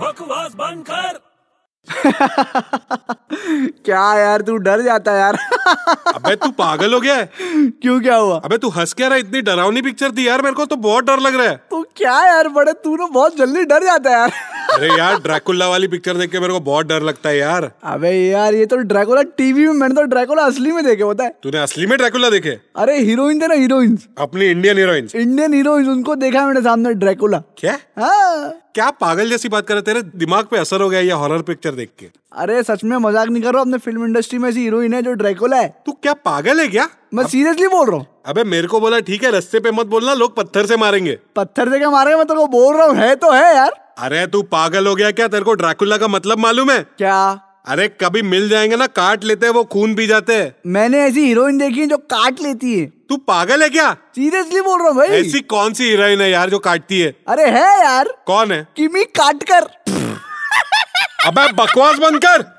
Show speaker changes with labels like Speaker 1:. Speaker 1: बकवास बंद कर
Speaker 2: क्या यार तू डर जाता यार
Speaker 3: अबे तू पागल हो गया है
Speaker 2: क्यों क्या हुआ
Speaker 3: अबे तू हंस क्या रहा है? इतनी डरावनी पिक्चर दी यार मेरे को तो बहुत डर लग रहा है
Speaker 2: तू क्या यार बड़े तू ना बहुत जल्दी डर जाता यार
Speaker 3: अरे यार ड्रैकुला वाली पिक्चर देख के मेरे को बहुत डर लगता है यार
Speaker 2: अबे यार ये तो ड्रैकोला टीवी में मैंने तो ड्रैकोला असली में देखे होता है
Speaker 3: तूने असली में ड्रैकुला देखे
Speaker 2: अरे हीरोइन थे ना हीरोइंस
Speaker 3: अपनी इंडियन हीरोइंस
Speaker 2: इंडियन हीरोइंस उनको देखा है मेरे सामने ड्रैकोला
Speaker 3: क्या
Speaker 2: हाँ
Speaker 3: क्या पागल जैसी बात कर रहे तेरे दिमाग पे असर हो गया ये हॉरर पिक्चर देख के
Speaker 2: अरे सच में मजाक नहीं कर रहा हूँ, अपने फिल्म इंडस्ट्री में ऐसी हीरोइन है जो ड्रैकोला है
Speaker 3: तू क्या पागल है क्या
Speaker 2: मैं सीरियसली बोल रहा हूँ
Speaker 3: अबे मेरे को बोला ठीक है रस्ते पे मत बोलना लोग पत्थर से मारेंगे
Speaker 2: पत्थर से क्या मारे मैं तेरे को बोल रहा हूँ है तो है यार
Speaker 3: अरे तू पागल हो गया क्या तेरे को ड्रैकुला का मतलब मालूम है
Speaker 2: क्या
Speaker 3: अरे कभी मिल जाएंगे ना काट लेते हैं वो खून पी जाते हैं
Speaker 2: मैंने ऐसी हीरोइन देखी है जो काट लेती है
Speaker 3: तू पागल है क्या
Speaker 2: सीरियसली बोल रहा हूँ भाई
Speaker 3: ऐसी कौन सी हीरोइन है यार जो काटती है
Speaker 2: अरे है यार
Speaker 3: कौन है
Speaker 2: किमी काटकर
Speaker 3: अबे बकवास बंद कर